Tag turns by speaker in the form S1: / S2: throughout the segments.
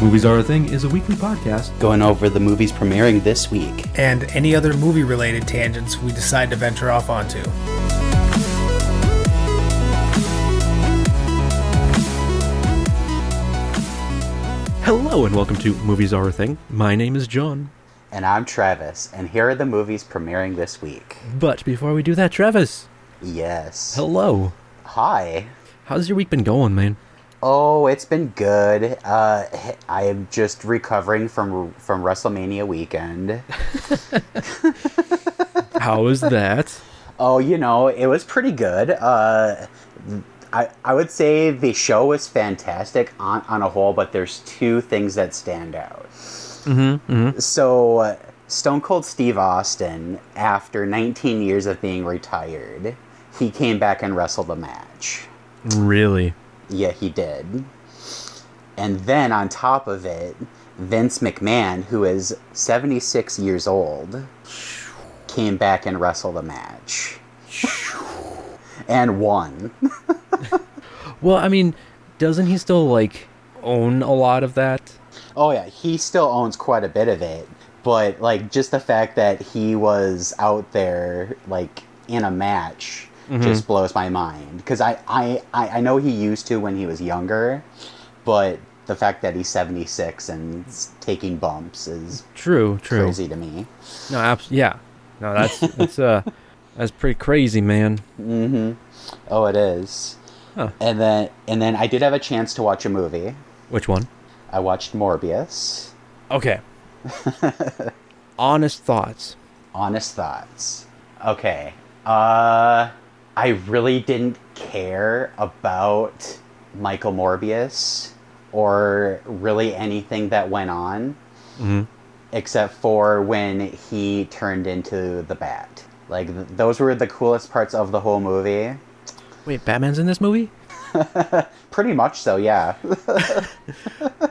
S1: Movies Are a Thing is a weekly podcast.
S2: going over the movies premiering this week.
S3: and any other movie related tangents we decide to venture off onto.
S1: Hello and welcome to Movies Are a Thing. My name is John.
S2: And I'm Travis, and here are the movies premiering this week.
S1: But before we do that, Travis,
S2: Yes.
S1: hello.
S2: Hi.
S1: How's your week been going, man?
S2: Oh, it's been good. Uh, I am just recovering from from WrestleMania weekend.
S1: How is that?
S2: Oh, you know, it was pretty good. Uh, I, I would say the show was fantastic on, on a whole, but there's two things that stand out. Mm-hmm, So, uh, Stone Cold Steve Austin, after 19 years of being retired, he came back and wrestled a match.
S1: really?
S2: Yeah, he did. And then on top of it, Vince McMahon, who is 76 years old, came back and wrestled a match. and won.
S1: Well, I mean, doesn't he still, like, own a lot of that?
S2: Oh, yeah, he still owns quite a bit of it. But, like, just the fact that he was out there, like, in a match
S1: Mm-hmm.
S2: just blows my mind. Because I, I, I I know he used to when he was younger, but the fact that he's 76 and s- taking bumps is
S1: True, true.
S2: crazy to me.
S1: No, abs- yeah. No, that's, that's, uh, that's pretty crazy, man.
S2: Oh, it is.
S1: Huh.
S2: And then and then I did have a chance to watch a movie.
S1: Which one?
S2: I watched Morbius.
S1: Okay. Honest thoughts.
S2: Honest thoughts. Okay. Uh I really didn't care about Michael Morbius or really anything that went on except for when he turned into the bat. Like th- those were the coolest parts of the whole movie.
S1: Wait, Batman's in this movie?
S2: Pretty much so, yeah.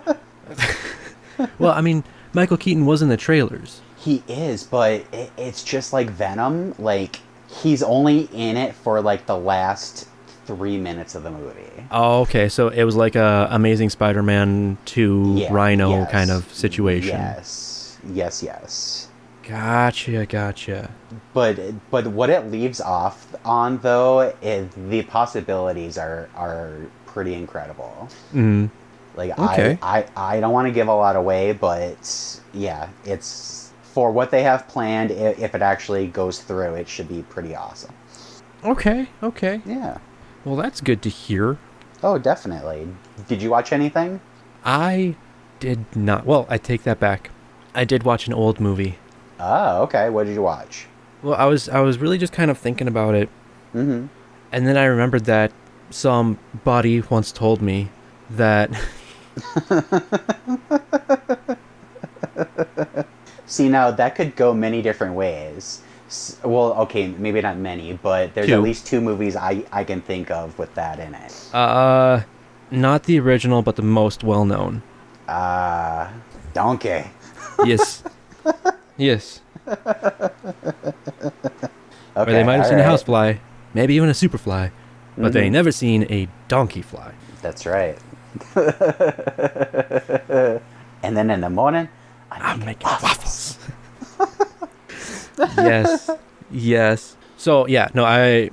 S1: Well, I mean, Michael Keaton was in the trailers.
S2: He is, but it, it's just like Venom. Like he's only in it for like the last three minutes of the movie.
S1: Oh, okay. So it was like a Amazing Spider-Man two
S2: Yeah,
S1: Rhino
S2: yes,
S1: kind of situation.
S2: Yes, yes, yes.
S1: Gotcha, gotcha.
S2: But but what it leaves off on though, is the possibilities are are pretty incredible.
S1: Mm.
S2: Like
S1: Okay.
S2: I, I I don't want to give a lot away, but yeah, it's for what they have planned. i- If it actually goes through, it should be pretty awesome.
S1: Okay, okay.
S2: Yeah.
S1: Well, that's good to hear.
S2: Oh, definitely. Did you watch anything?
S1: I did not. Well, I take that back. I did watch an old movie.
S2: Oh, okay. What did you watch?
S1: Well, I was I was really just kind of thinking about it,
S2: Mm-hmm.
S1: and then I remembered that somebody once told me that
S2: See, now that could go many different ways. S- well, okay, maybe not many, but there's
S1: Two.
S2: at least two movies I, I can think of with that in it.
S1: uh not the original but the most well-known.
S2: Uh, Donkey.
S1: Yes. yes.
S2: Okay,
S1: or they might have seen a
S2: alright.
S1: housefly, maybe even a superfly, but they ain't never seen a donkey fly.
S2: That's right. and then in the morning, I
S1: I'm making waffles. yes, yes. So yeah, no, I,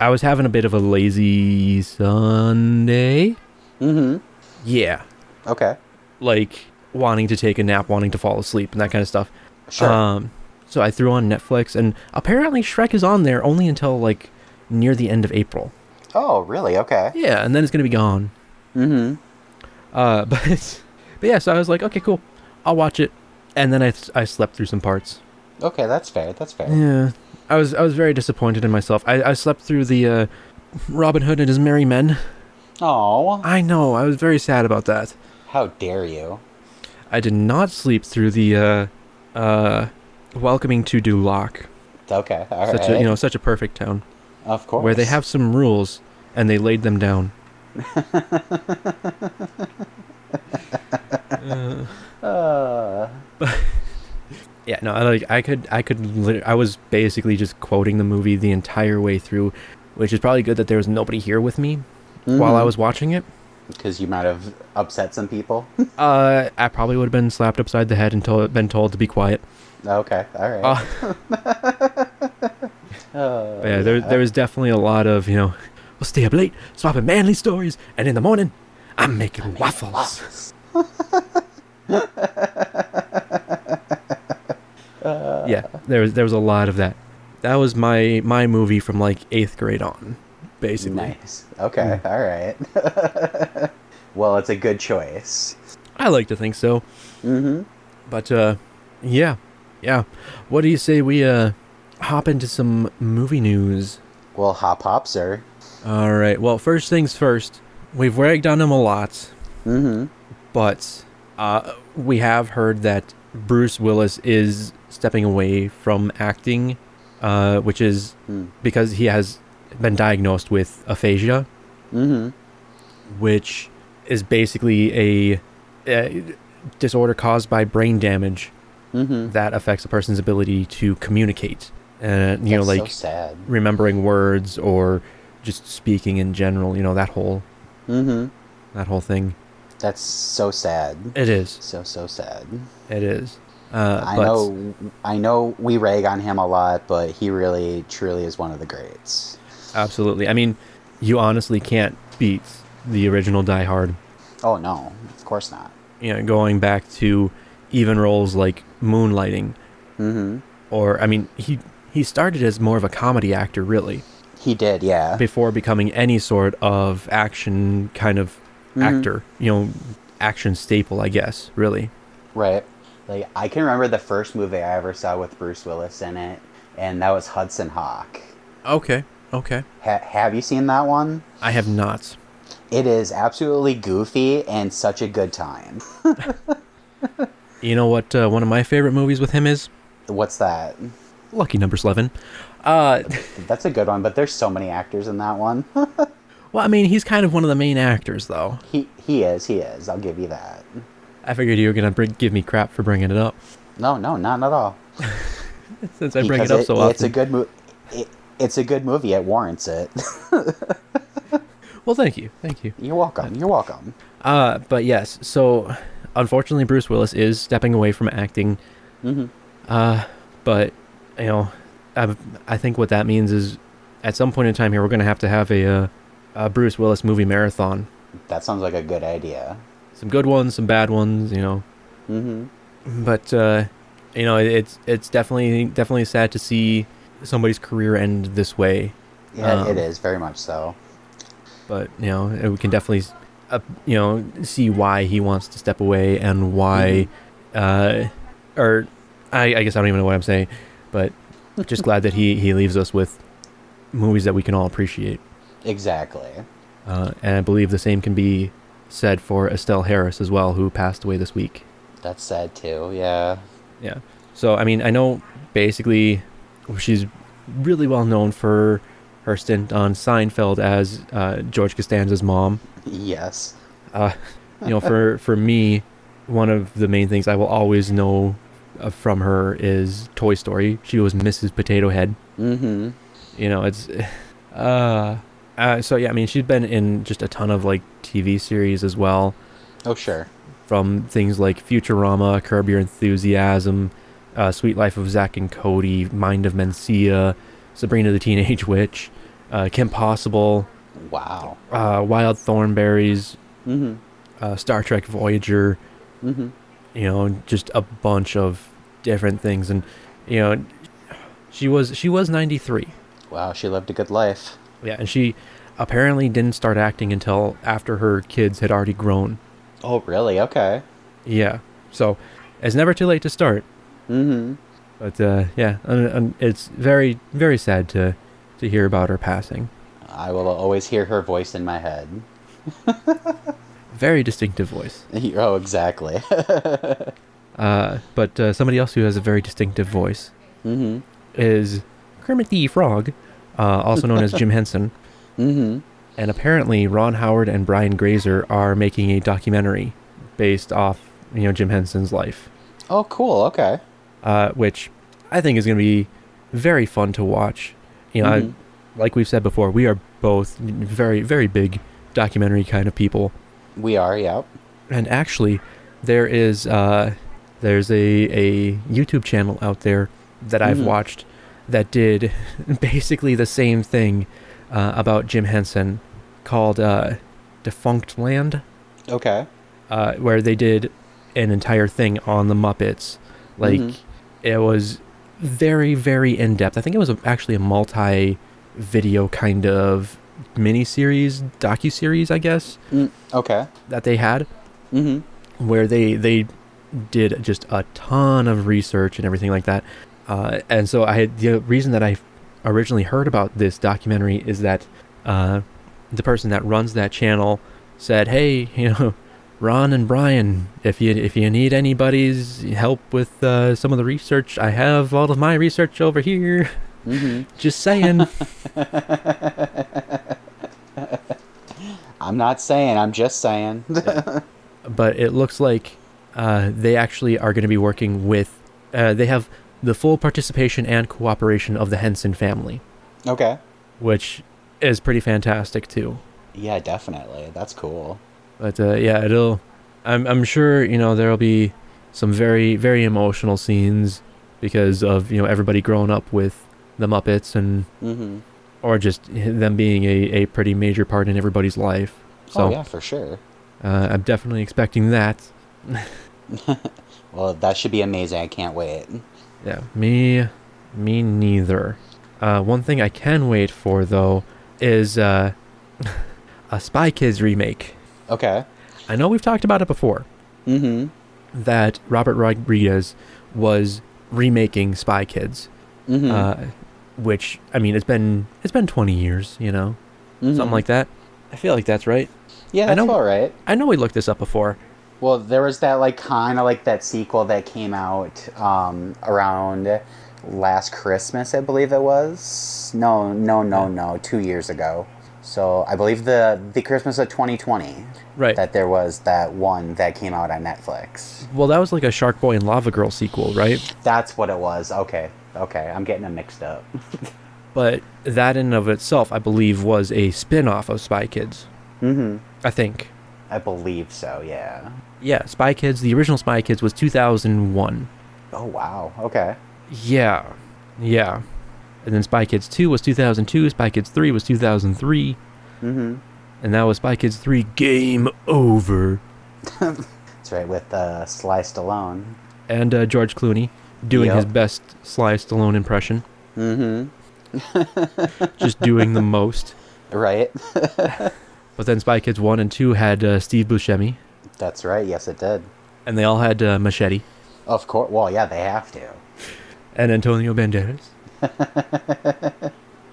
S1: I was having a bit of a lazy Sunday.
S2: Mm-hmm.
S1: Yeah,
S2: Okay.
S1: like wanting to take a nap, wanting to fall asleep, and that kind of stuff.
S2: Sure.
S1: Um, so I threw on Netflix, and apparently Shrek is on there only until like near the end of April.
S2: oh, really? Okay.
S1: Yeah, and then it's gonna be gone.
S2: Mm-hmm.
S1: Uh, but but yeah, so I was like, okay, cool, I'll watch it, and then I, I slept through some parts.
S2: Okay, that's fair. That's fair.
S1: Yeah, I was I was very disappointed in myself. I, I slept through the uh, Robin Hood and his merry men.
S2: Oh,
S1: I know, I was very sad about that.
S2: how dare you?
S1: I did not sleep through the uh, uh, welcoming to Duloc,
S2: Okay, all right.
S1: such a you know such a perfect town
S2: of course.
S1: where they have some rules and they laid them down.
S2: Uh,
S1: Yeah, no, I, like I could, I could, lit- I was basically just quoting the movie the entire way through, which is probably good that there was nobody here with me while I was watching it.
S2: because you might have upset some people.
S1: Uh, I probably would have been slapped upside the head and told, been told to be quiet.
S2: okay, all right.
S1: Uh,
S2: Uh,
S1: yeah, there, there was definitely a lot of, you know, we'll stay up late, swapping manly stories, and in the morning, I'm making waffles. yeah, there was there was a lot of that. That was my my movie from like eighth grade on, basically.
S2: Nice.
S1: Hmm.
S2: Okay, all right. well, it's a good choice.
S1: I like to think so.
S2: Mm-hmm.
S1: But uh, yeah, yeah. What do you say we uh hop into some movie news?
S2: Well, hop hop, sir.
S1: All right. Well, first things first. We've ragged on him a lot,
S2: Mm-hmm.
S1: but uh, we have heard that Bruce Willis is stepping away from acting, uh, which is
S2: Hmm.
S1: because he has been diagnosed with aphasia,
S2: Mm-hmm.
S1: which is basically a, a disorder caused by brain damage
S2: Mm-hmm.
S1: that affects a person's ability to communicate. Uh, you know,
S2: That's
S1: like
S2: so sad.
S1: remembering words or just speaking in general. You know that whole
S2: Mm-hmm.
S1: that whole thing.
S2: That's so sad.
S1: It is.
S2: So so sad.
S1: It is. Uh,
S2: I
S1: but
S2: know. I know we rag on him a lot, but he really, truly is one of the greats.
S1: absolutely. I mean, you honestly can't beat the original Die Hard.
S2: Oh no, of course not.
S1: You know, going back to even roles like Moonlighting,
S2: Mm-hmm.
S1: or I mean, he he started as more of a comedy actor really
S2: He did, yeah.
S1: before becoming any sort of action kind of actor. You know, action staple, I guess. Really.
S2: Right. Like I can remember the first movie I ever saw with Bruce Willis in it, and that was Hudson Hawk.
S1: Okay. Okay.
S2: Ha- have you seen that one?
S1: I have not.
S2: It is absolutely goofy and such a good time.
S1: You know what? Uh, one of my favorite movies with him is
S2: What's that?
S1: Lucky Number Eleven. Uh,
S2: That's a good one, but there's so many actors in that one.
S1: well, I mean, he's kind of one of the main actors, though.
S2: he he is, he is. I'll give you that.
S1: I figured you were gonna bring, give me crap for bringing it up,
S2: No, no, not at all.
S1: since I bring it up so
S2: it's a
S1: often.
S2: good movie. It, it's a good movie. It warrants it.
S1: well, thank you, thank you.
S2: You're welcome. You're welcome.
S1: Uh, but yes, so unfortunately, Bruce Willis is stepping away from acting. Mm-hmm. Uh, but you know, I, I think what that means is, at some point in time here, we're gonna have to have a, uh, a Bruce Willis movie marathon.
S2: That sounds like a good idea.
S1: Some good ones, some bad ones. You know,
S2: Mm-hmm.
S1: but uh, you know, it's it's definitely definitely sad to see somebody's career end this way.
S2: Yeah,
S1: Um,
S2: it is very much so.
S1: But you know, we can definitely uh, you know see why he wants to step away and why, uh, or I, I guess I don't even know what I'm saying, but just glad that he he leaves us with movies that we can all appreciate.
S2: Exactly.
S1: Uh, and I believe the same can be said for Estelle Harris as well, who passed away this week.
S2: That's sad too. Yeah.
S1: Yeah. So I mean, I know basically she's really well known for her stint on Seinfeld as uh, George Costanza's mom.
S2: Yes.
S1: Uh, you know, for for me, one of the main things I will always know uh, from her is Toy Story. She was Mrs. Potato Head.
S2: Mm-hmm.
S1: You know, it's uh, uh so yeah, I mean, she's been in just a ton of like TV series as well
S2: Oh sure.
S1: from things like Futurama, Curb Your Enthusiasm, uh, Sweet Life of Zack and Cody, Mind of Mencia, Sabrina the Teenage Witch, uh, Kim Possible,
S2: Wow.
S1: uh, Wild Thornberries,
S2: Mm-hmm.
S1: uh, Star Trek Voyager,
S2: Mm-hmm.
S1: you know, just a bunch of different things. And, you know, she was she was 93.
S2: Wow. She lived a good life.
S1: Yeah, and she apparently didn't start acting until after her kids had already grown.
S2: Oh really? Okay.
S1: Yeah. So, it's never too late to start.
S2: Mm-hmm.
S1: But uh, yeah, and, and it's very very sad to to hear about her passing.
S2: I will always hear her voice in my head.
S1: Very distinctive voice.
S2: Oh, exactly.
S1: Uh, but uh, somebody else who has a very distinctive voice
S2: mm-hmm.
S1: is Kermit the Frog, uh, also known as Jim Henson.
S2: Mm-hmm.
S1: And apparently, Ron Howard and Brian Grazer are making a documentary based off you know Jim Henson's life,
S2: Oh, cool. Okay.
S1: uh, which I think is going to be very fun to watch. You know, I-
S2: Mhm.
S1: like we've said before, we are both very very big documentary kind of people.
S2: We are, yep.
S1: And actually, there is uh, there's a, a YouTube channel out there that I've
S2: Mm.
S1: watched that did basically the same thing uh, about Jim Henson called uh, Defunct Land,
S2: Okay.
S1: uh, where they did an entire thing on the Muppets. Like
S2: Mhm.
S1: it was very very in depth. I think it was a, actually a multi video kind of mini series docu series, I guess,
S2: Mm, okay.
S1: that they had
S2: Mm-hmm.
S1: where they they did just a ton of research and everything like that. Uh, and so I had the reason that I originally heard about this documentary is that uh, the person that runs that channel said, "Hey, you know, Ron and Brian, if you if you need anybody's help with uh, some of the research, I have all of my research over here.
S2: Mm-hmm.
S1: Just saying."
S2: I'm not saying. I'm just saying.
S1: but it looks like uh, they actually are going to be working with. Uh, they have the full participation and cooperation of the Henson family,
S2: okay.
S1: which is pretty fantastic too.
S2: Yeah, definitely. That's cool.
S1: But uh, yeah, it'll. I'm I'm sure you know there'll be some very very emotional scenes because of you know everybody growing up with the Muppets and
S2: Mm-hmm.
S1: or just them being a, a pretty major part in everybody's life. So
S2: oh yeah, for sure.
S1: uh, I'm definitely expecting that.
S2: Well, that should be amazing. I can't wait.
S1: Yeah, me, me neither. Uh, one thing I can wait for though is uh, a Spy Kids remake.
S2: Okay.
S1: I know we've talked about it before
S2: Mm-hmm.
S1: that Robert Rodriguez was remaking Spy Kids,
S2: Mm-hmm.
S1: uh, which I mean it's been it's been 20 years, you know, something like that. Mm-hmm. I feel like that's right.
S2: Yeah,
S1: I
S2: that's
S1: know-
S2: all right.
S1: I know we looked this up before.
S2: Well, there was that like kind of like that sequel that came out um, around last Christmas, I believe it was. No, no, no, no, two years ago. So I believe the the Christmas of 2020
S1: Right.
S2: that there was that one that came out on Netflix.
S1: well, that was like a Shark Boy and Lava Girl sequel, right?
S2: That's what it was. Okay, okay, I'm getting them mixed up.
S1: But that in and of itself, I believe, was a spin-off of Spy Kids.
S2: mm-hmm.
S1: I think.
S2: I believe so. Yeah.
S1: Yeah, Spy Kids. The original Spy Kids was 2001.
S2: Oh wow. Okay.
S1: Yeah, yeah. And then Spy Kids 2 was 2002. Spy Kids 3 was 2003,
S2: Mm-hmm.
S1: and that was Spy Kids 3 Game Over.
S2: That's right with uh, Sly Stallone.
S1: And uh, George Clooney doing
S2: Yep.
S1: his best Sly Stallone impression,
S2: Mm-hmm.
S1: just doing the most.
S2: Right.
S1: But then Spy Kids 1 and 2 had uh, Steve Buscemi,
S2: That's right. Yes, it did.
S1: and they all had uh, Machete
S2: Of course. Well, yeah, they have to.
S1: and Antonio Banderas.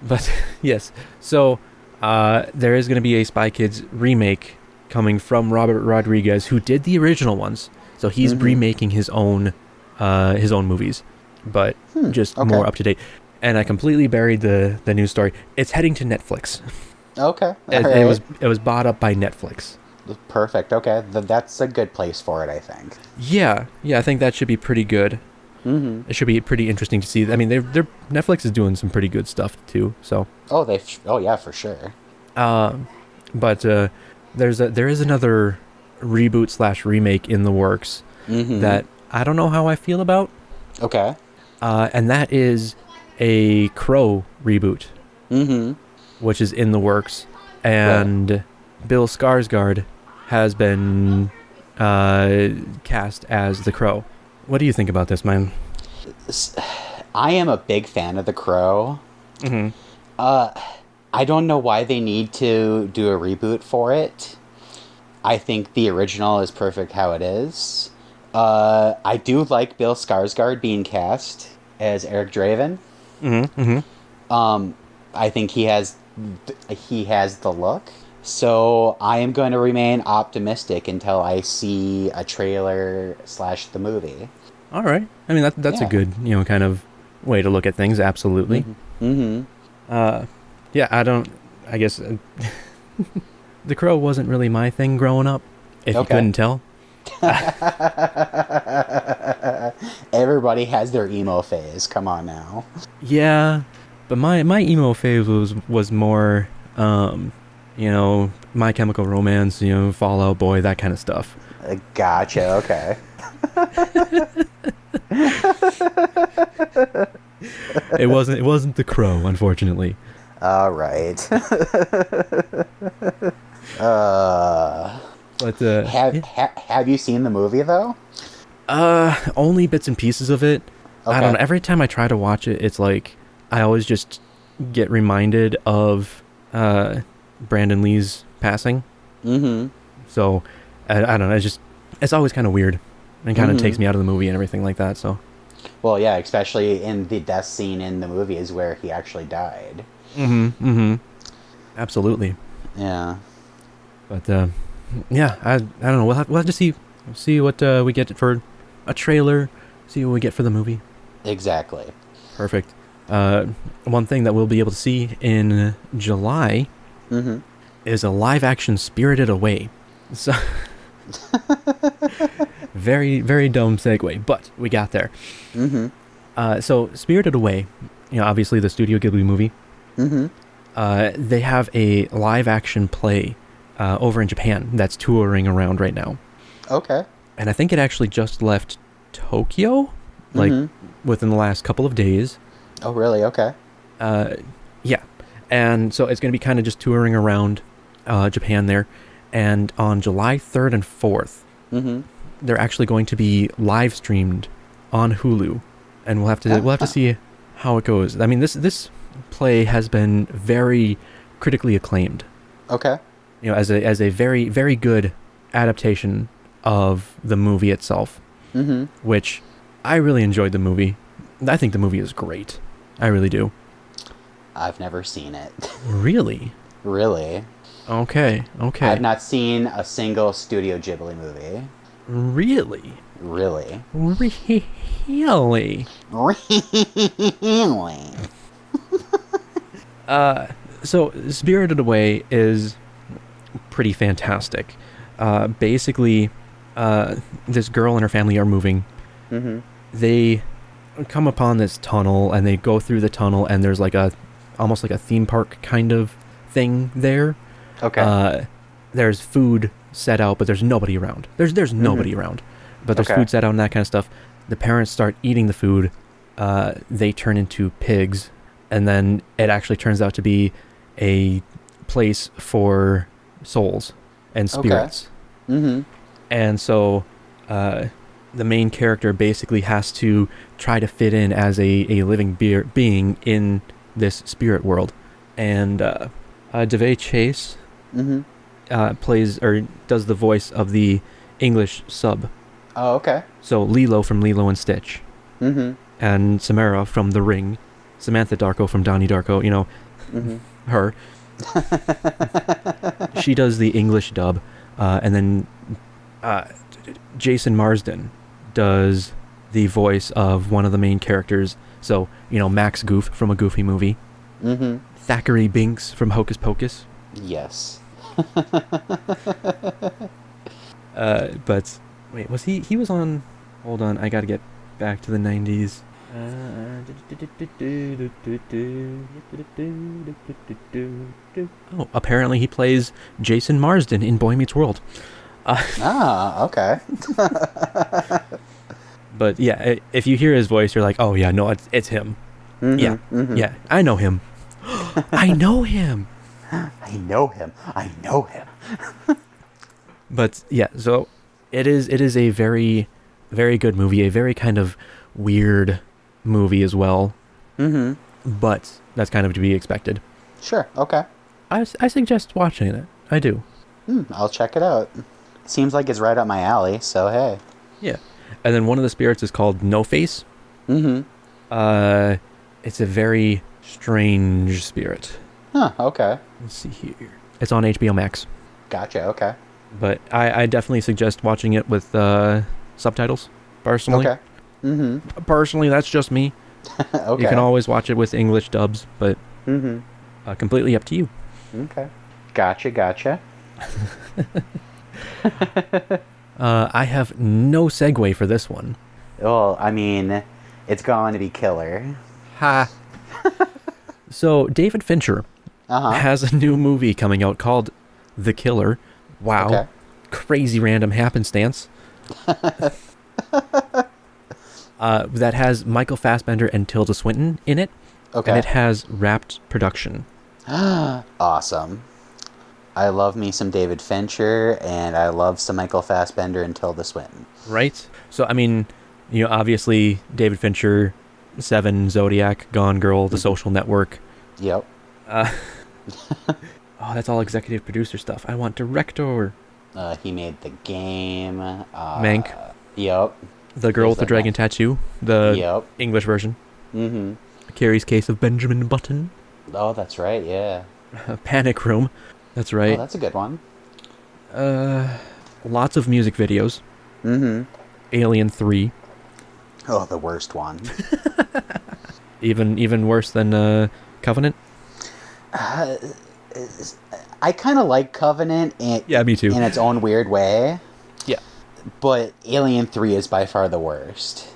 S1: but yes, so uh, there is going to be a Spy Kids remake coming from Robert Rodriguez, who did the original ones. So he's
S2: Mhm.
S1: remaking his own uh, his own movies, but
S2: Hmm,
S1: just
S2: okay.
S1: more up to date. And I completely buried the the news story. It's heading to Netflix.
S2: Okay.
S1: It,
S2: all
S1: it
S2: right.
S1: was it was bought up by Netflix.
S2: perfect. Okay, Th- that's a good place for it. I think.
S1: Yeah, yeah, I think that should be pretty good.
S2: Mm-hmm.
S1: It should be pretty interesting to see. I mean, they're, they're Netflix is doing some pretty good stuff too. So
S2: Oh, they. F- oh, yeah, for sure.
S1: Um, but uh, there's a there is another reboot slash remake in the works
S2: Mm-hmm.
S1: that I don't know how I feel about,
S2: Okay.
S1: uh, and that is a Crow reboot,
S2: Mm-hmm.
S1: which is in the works, and Bill Skarsgård has been uh, cast as the Crow. What do you think about this, man?
S2: I am a big fan of The Crow. Uh,
S1: Mm-hmm.
S2: I don't know why they need to do a reboot for it. I think the original is perfect how it is. Uh, I do like Bill Skarsgård being cast as Eric Draven.
S1: Mm-hmm. Mm-hmm.
S2: Um, I think he has th- he has the look. So I am going to remain optimistic until I see a trailer slash the movie.
S1: All right. I mean, that, that's a
S2: Yeah.
S1: good you know kind of way to look at things. Absolutely.
S2: Mm-hmm.
S1: Uh, yeah, I don't. I guess uh, the crow wasn't really my thing growing up. If you
S2: Okay.
S1: couldn't tell,
S2: Everybody has their emo phase. Come on now.
S1: yeah. But my my emo phase was was more um, you know, My Chemical Romance, you know, Fallout Boy, that kind of stuff.
S2: Uh, Gotcha. Okay.
S1: It wasn't it wasn't The Crow, unfortunately.
S2: All right. uh,
S1: But uh,
S2: have
S1: yeah.
S2: ha- have you seen the movie though?
S1: uh only bits and pieces of it. I
S2: Okay.
S1: don't know. Every time I try to watch it, it's like I always just get reminded of uh Brandon Lee's passing.
S2: Mm-hmm.
S1: So I, I don't know. It's just it's always kind of weird and kind of
S2: Mhm.
S1: takes me out of the movie and everything like that. So
S2: Well, yeah, especially in the death scene in the movie is where he actually died.
S1: mm-hmm, mm-hmm. absolutely.
S2: Yeah.
S1: But uh, yeah, I I don't know. We'll have, we'll have to see see what uh, we get for a trailer. See what we get for the movie.
S2: Exactly.
S1: Perfect. Uh, one thing that we'll be able to see in July
S2: Mm-hmm.
S1: is a live action Spirited Away. So very very dumb segue, but we got there.
S2: Mm-hmm.
S1: Uh, so Spirited Away, you know, obviously the Studio Ghibli movie.
S2: Mm-hmm.
S1: Uh, they have a live action play uh, over in Japan that's touring around right now,
S2: Okay.
S1: and I think it actually just left Tokyo, like
S2: Mhm.
S1: within the last couple of days.
S2: Oh, really? Okay.
S1: Uh, yeah, and so it's going to be kind of just touring around uh, Japan there, and on July third and fourth,
S2: Mm-hmm.
S1: they're actually going to be live streamed on Hulu, and we'll have to we'll have to see how it goes. I mean this this play has been very critically acclaimed,
S2: Okay.
S1: you know, as a as a very very good adaptation of the movie itself,
S2: Mm-hmm.
S1: which I really enjoyed the movie. I think the movie is great. I really do.
S2: I've never seen it.
S1: Really?
S2: really.
S1: Okay. Okay.
S2: I've not seen a single Studio Ghibli movie.
S1: really.
S2: Really.
S1: Really.
S2: Really.
S1: Uh, so spirited away is pretty fantastic uh, basically uh, this girl and her family are moving
S2: Mm-hmm.
S1: they come upon this tunnel and they go through the tunnel and there's like a almost like a theme park kind of thing there
S2: Okay.
S1: uh, there's food set out but there's nobody around there's there's nobody around but there's
S2: Mm-hmm. Okay.
S1: food set out and that kind of stuff the parents start eating the food uh, they turn into pigs and then it actually turns out to be a place for souls and
S2: Okay.
S1: spirits
S2: mm-hmm.
S1: and so uh, the main character basically has to try to fit in as a, a living beer, being in this spirit world and uh, uh, devay chase
S2: Mm-hmm.
S1: uh, plays or does the voice of the english sub
S2: Oh, okay.
S1: so lilo from lilo and stitch
S2: Mm-hmm.
S1: and samara from the ring samantha darko from donnie darko you know
S2: Mm-hmm.
S1: her she does the english dub uh, and then uh, jason marsden does the voice of one of the main characters so you know max goof from a goofy movie
S2: Mm-hmm.
S1: thackeray binks from hocus pocus
S2: Yes.
S1: uh, but wait was he he was on hold on i gotta get back to the 90s oh apparently he plays jason marsden in boy meets world
S2: Ah, okay.
S1: But yeah, i- if you hear his voice, you're like, oh yeah, no, it's it's him.
S2: Mhm,
S1: Yeah,
S2: mhm.
S1: yeah, I know him. I know him.
S2: I know him. I know him.
S1: But yeah, so it is it is a very very good movie, a very kind of weird movie as well.
S2: Mm-hmm.
S1: But that's kind of to be expected.
S2: Sure. Okay.
S1: I, s- I suggest watching it. I do.
S2: Hmm, I'll check it out. Seems like it's right up my alley. So hey.
S1: Yeah. And then one of the spirits is called No Face.
S2: Mm-hmm.
S1: Uh, it's a very strange spirit.
S2: Huh. Okay.
S1: Let's see here. It's on HBO Max.
S2: Gotcha. Okay.
S1: but I, I definitely suggest watching it with uh, subtitles. Personally,
S2: Okay. Mm-hmm.
S1: personally, that's just me.
S2: okay.
S1: You can always watch it with English dubs, but
S2: Mm-hmm.
S1: uh, completely up to you.
S2: Okay. Gotcha. Gotcha.
S1: Uh, I have no segue for this one.
S2: Well, I mean, it's going to be killer.
S1: Ha. so David Fincher
S2: Uh huh.
S1: has a new movie coming out called The Killer. Wow.
S2: Okay.
S1: Crazy random happenstance. uh, that has Michael Fassbender and Tilda Swinton in it.
S2: Okay.
S1: And it has wrapped production.
S2: awesome. I love me some David Fincher, and I love some Michael Fassbender and Tilda Swinton.
S1: Right? So, I mean, you know, obviously David Fincher, Seven, Zodiac, Gone Girl, The Social Network. Uh,
S2: Yep.
S1: Oh, that's all executive producer stuff. I want director.
S2: Uh, he made the game. Uh,
S1: Mank.
S2: Yep.
S1: The Girl
S2: Who's
S1: with the
S2: that
S1: Dragon Tattoo, the
S2: Yep.
S1: English version.
S2: Mm-hmm.
S1: Carrie's Case of Benjamin Button.
S2: Oh, that's right. Yeah.
S1: Panic Room. That's
S2: Oh,
S1: right.
S2: that's a good one.
S1: Uh, lots of music videos.
S2: Mm-hmm.
S1: Alien Three,
S2: Oh, the worst one.
S1: even even worse than uh, Covenant.
S2: I kind of like Covenant in,
S1: Yeah, me too.
S2: in its own weird way,
S1: Yeah,
S2: but Alien 3 is by far the worst.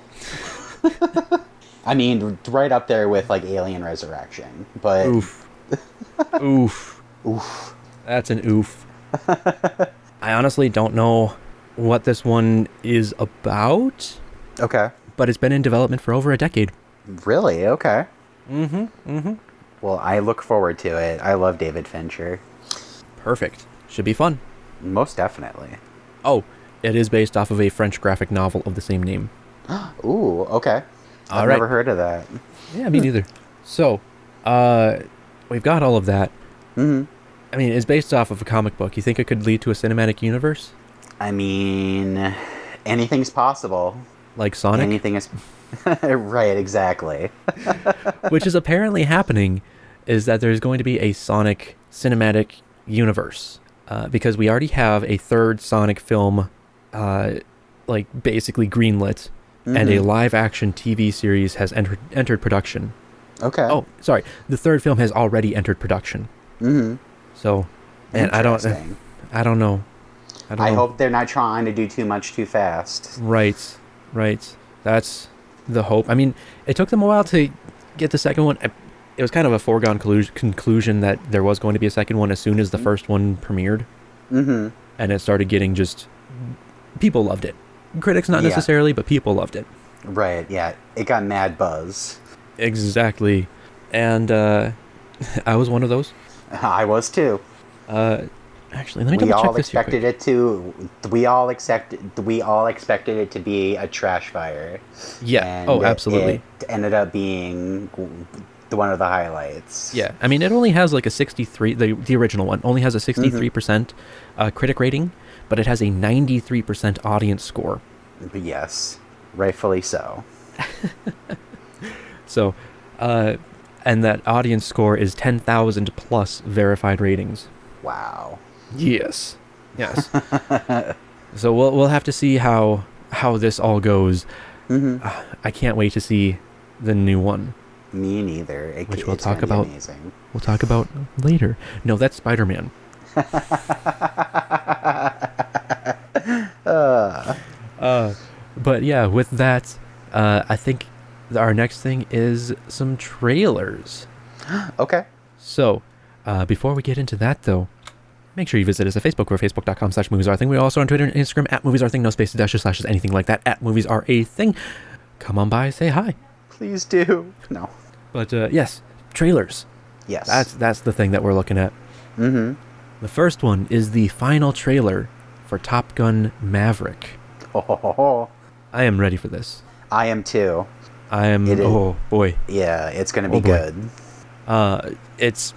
S2: I mean, right up there with like Alien Resurrection, but
S1: oof, oof, oof. That's an oof. I honestly don't know what this one is about,
S2: okay.
S1: but it's been in development for over a decade.
S2: Really? Okay. Mm-hmm. Mm-hmm. Well, I look forward to it. I love David Fincher.
S1: Perfect. Should be fun.
S2: Most definitely.
S1: Oh, it is based off of a French graphic novel of the same name.
S2: Ooh, okay.
S1: All
S2: I've
S1: right.
S2: never heard of that.
S1: Yeah, me neither. So, uh, we've got all of that.
S2: hmm
S1: I mean, it's based off of a comic book. You think it could lead to a cinematic universe
S2: I mean, anything's possible.
S1: like Sonic,
S2: Anything is. right, exactly.
S1: which is apparently happening? Is that there's going to be a Sonic cinematic universe uh, because we already have a third Sonic film, uh, like basically greenlit, and
S2: Mm-hmm.
S1: a live-action TV series has entered entered production.
S2: Okay.
S1: Oh, sorry, the third film has already entered production.
S2: hmm
S1: So, and I don't,
S2: Interesting.
S1: I don't know. I, don't
S2: I
S1: know.
S2: hope they're not trying to do too much too fast.
S1: Right, right. That's the hope. I mean, it took them a while to get the second one. I- It was kind of a foregone collu- conclusion that there was going to be a second one as soon as
S2: Mm-hmm.
S1: the first one premiered,
S2: hmm
S1: and it started getting just people loved it. Critics not
S2: Yeah.
S1: necessarily, but people loved it.
S2: Right, yeah. It got mad buzz.
S1: Exactly, and uh, I was one of those.
S2: I was too.
S1: Uh, actually, let me
S2: We
S1: double check
S2: all
S1: this. here
S2: expected
S1: quick.
S2: it to. We all expected. We all expected it to be a trash fire.
S1: Yeah. oh,
S2: it-
S1: absolutely.
S2: It ended up being the- one of the highlights.
S1: Yeah, I mean, it only has like a 63. The the original one only has a 63 percent uh, critic rating, but it has a 93 percent audience score.
S2: Yes, rightfully so.
S1: So, uh, and that audience score is 10,000 plus verified ratings.
S2: Wow.
S1: Yes. Yes. so we'll we'll have to see how how this all goes.
S2: Mm-hmm.
S1: Uh, I can't wait to see the new one.
S2: Me neither. It,
S1: Which we'll
S2: it's gonna
S1: talk
S2: be
S1: about.
S2: Amazing.
S1: We'll talk about later. No, that's Spider Man. uh, but yeah, with that, uh, I think th- our next thing is some trailers.
S2: Okay.
S1: So, uh, before we get into that, though, make sure you visit us at Facebook or facebook.com slash movies are a thing. We're also on Twitter and Instagram at movies are a thing, no spaces, dashes, slashes, anything like that, at movies are a thing. Come on by, say hi.
S2: Please do. No.
S1: But uh, yes, trailers.
S2: Yes.
S1: That's that's the thing that we're looking at.
S2: Mm-hmm.
S1: The first one is the final trailer for Top Gun Maverick.
S2: Oh, ho, ho, ho.
S1: I am ready for this.
S2: I am too.
S1: I am.
S2: It is-
S1: Oh boy,
S2: Yeah, it's gonna be
S1: Oh, boy.
S2: good.
S1: uh, it's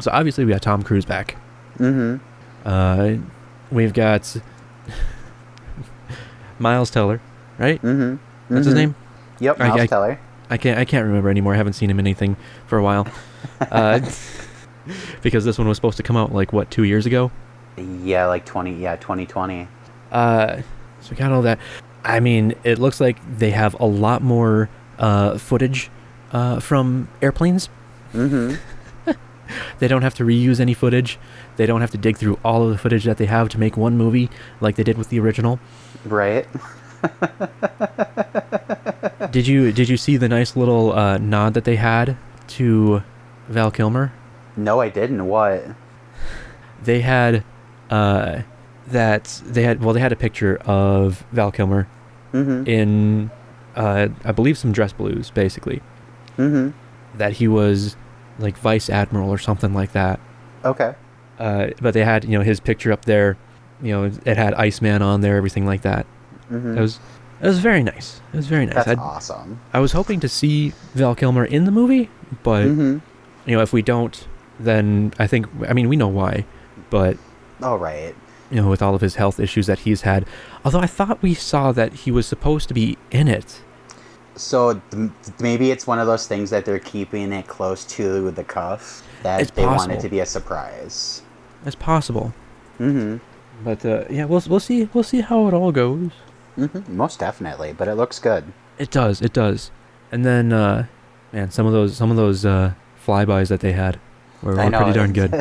S1: so obviously we got Tom Cruise back.
S2: Mm-hmm.
S1: Uh, we've got Miles Teller, right?
S2: Mm-hmm.
S1: That's his name.
S2: Yep.
S1: I-
S2: Miles
S1: I-
S2: Teller.
S1: I can't. I can't remember anymore. I haven't seen him in anything for a while. Uh, because this one was supposed to come out like what two years ago.
S2: Yeah, like twenty. Yeah, twenty twenty.
S1: Uh, so we got all that. I mean, it looks like they have a lot more uh, footage uh, from airplanes.
S2: Mm-hmm.
S1: They don't have to reuse any footage. They don't have to dig through all of the footage that they have to make one movie like they did with the original.
S2: Right.
S1: did you did you see the nice little uh, nod that they had to Val Kilmer?
S2: No, I didn't. What?
S1: They had uh, that they had well they had a picture of Val Kilmer
S2: Mm-hmm.
S1: in uh, I believe some dress blues basically
S2: Mm-hmm.
S1: that he was like vice admiral or something like that.
S2: Okay.
S1: Uh, but they had you know his picture up there, you know it had Iceman on there, everything like that.
S2: Mm-hmm.
S1: It was it was very nice. It was very nice.
S2: That's
S1: I
S2: awesome.
S1: I was hoping to see Val Kilmer in the movie, but
S2: Mm-hmm.
S1: you know if we don't, then I think I mean we know why, but
S2: All right.
S1: you know, with all of his health issues that he's had. Although I thought we saw that he was supposed to be in it.
S2: So th- maybe it's one of those things that they're keeping it close to the cuff that
S1: It's
S2: they want it
S1: possible.
S2: to be a surprise.
S1: That's possible.
S2: Mm-hmm.
S1: But uh, yeah, we'll we'll see we'll see how it all goes.
S2: Mm-hmm. Most definitely, but it looks good.
S1: It does, it does. And then, uh, man, some of those some of those uh, flybys that they had were,
S2: I
S1: were
S2: know.
S1: pretty darn good.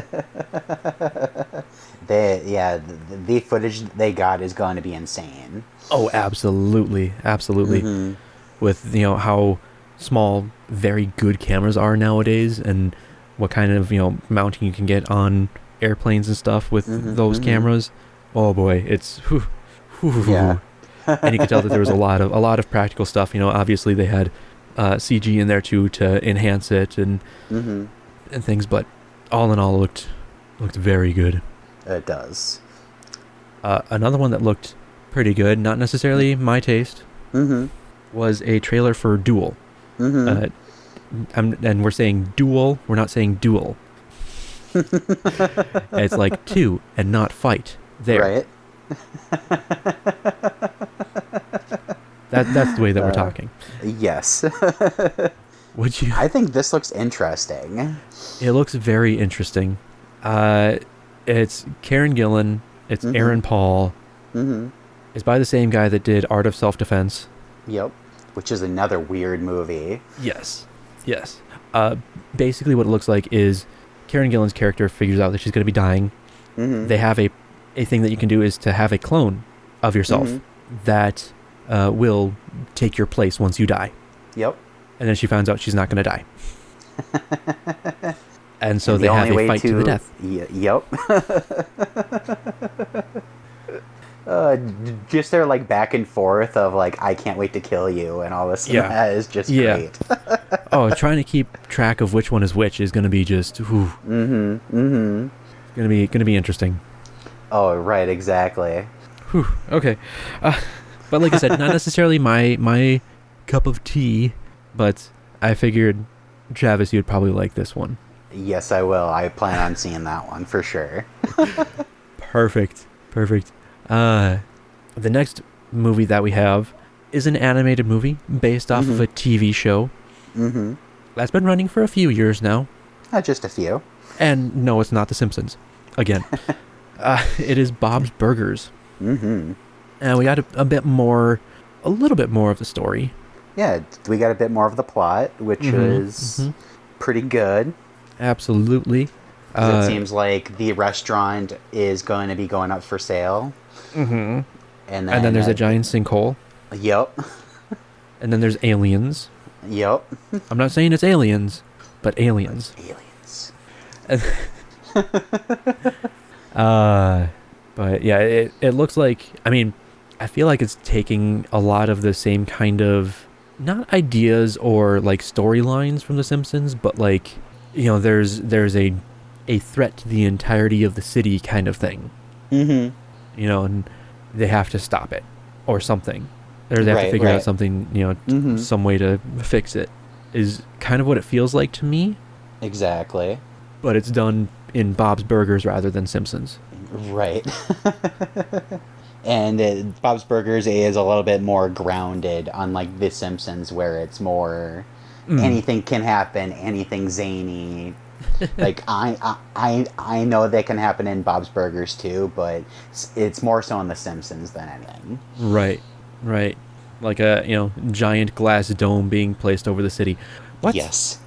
S2: They, yeah, the, the footage they got is going to be insane.
S1: oh, absolutely, absolutely.
S2: Mhm.
S1: With you know how small, very good cameras are nowadays, and what kind of you know mounting you can get on airplanes and stuff with
S2: Mhm,
S1: those
S2: mhm.
S1: cameras. Oh boy, it's whew, whew,
S2: Yeah.
S1: and you could tell that there was a lot of a lot of practical stuff. You know, obviously they had uh, CG in there too to enhance it and
S2: Mhm.
S1: and things, but all in all, it looked looked very good.
S2: It does.
S1: Uh, another one that looked pretty good, not necessarily my taste,
S2: Mm-hmm.
S1: was a trailer for Duel.
S2: Mm-hmm.
S1: Uh, I'm, and we're saying Duel. We're not saying Duel. it's like two and not fight. There,
S2: Right?
S1: that, that's the way that we're
S2: Uh.
S1: talking.
S2: Yes.
S1: Would you?
S2: I think this looks interesting.
S1: It looks very interesting. Uh, it's Karen Gillan. It's
S2: Mhm.
S1: Aaron Paul.
S2: Mm-hmm.
S1: It's by the same guy that did Art of Self Defense.
S2: Yep. Which is another weird movie.
S1: Yes. Yes. Uh, basically, what it looks like is Karen Gillan's character figures out that she's going to be dying.
S2: Mm-hmm.
S1: They have a, a thing that you can do is to have a clone of yourself
S2: Mhm.
S1: Mm-hmm. that uh, will take your place once you die.
S2: Yep.
S1: And then she finds out she's not going to die. and so
S2: And
S1: they have a fight to... the death.
S2: Y- yep. uh, j- just their like back and forth of like I can't wait to kill you and all this. and
S1: Yeah.
S2: that is just
S1: Yeah.
S2: great.
S1: oh, trying to keep track of which one is which is going to be just whew,
S2: mm-hmm. Mm-hmm.
S1: going to be going to be interesting.
S2: Oh right, exactly.
S1: Whew, okay. Uh, but like I said, not necessarily my my cup of tea, but I figured Travis you'd probably like this one.
S2: Yes, I will. I plan on seeing that one for sure.
S1: Perfect. Perfect. Uh the next movie that we have is an animated movie based off of
S2: Mhm.
S1: a TV show
S2: Mm-hmm.
S1: that's been running for a few years now.
S2: Not just a few.
S1: And no, it's not The Simpsons. Again. uh, it is Bob's Burgers.
S2: Mm-hmm.
S1: And we got a, a bit more a little bit more of the story.
S2: Yeah, we got a bit more of the plot, which
S1: Mhm,
S2: is
S1: mhm.
S2: pretty good.
S1: Absolutely.
S2: 'cause
S1: Uh,
S2: it seems like the restaurant is going to be going up for sale,
S1: Mm-hmm.
S2: and then
S1: And then there's
S2: uh,
S1: a giant sinkhole.
S2: Yep,
S1: And then there's aliens.
S2: yep.
S1: I'm not saying it's aliens, but aliens.
S2: Aliens.
S1: Uh, but yeah, it, it looks like, I mean, I feel like it's taking a lot of the same kind of, not ideas or like storylines from The Simpsons, but like, you know, there's, there's a, a threat to the entirety of the city kind of thing,
S2: Mm-hmm.
S1: you know, and they have to stop it or something. Or they have to
S2: Right,
S1: figure out
S2: right.
S1: something, you know,
S2: Mhm.
S1: some way to fix it is kind of what it feels like to me.
S2: Exactly.
S1: but it's done in Bob's Burgers rather than Simpsons.
S2: Right. and uh, Bob's Burgers is a little bit more grounded, unlike The Simpsons, where it's more anything can happen, anything zany. like I, I, I I know that can happen in Bob's Burgers too, but it's, it's more so in The Simpsons than anything.
S1: Right, right. Like a you know giant glass dome being placed over the city. What?
S2: Yes.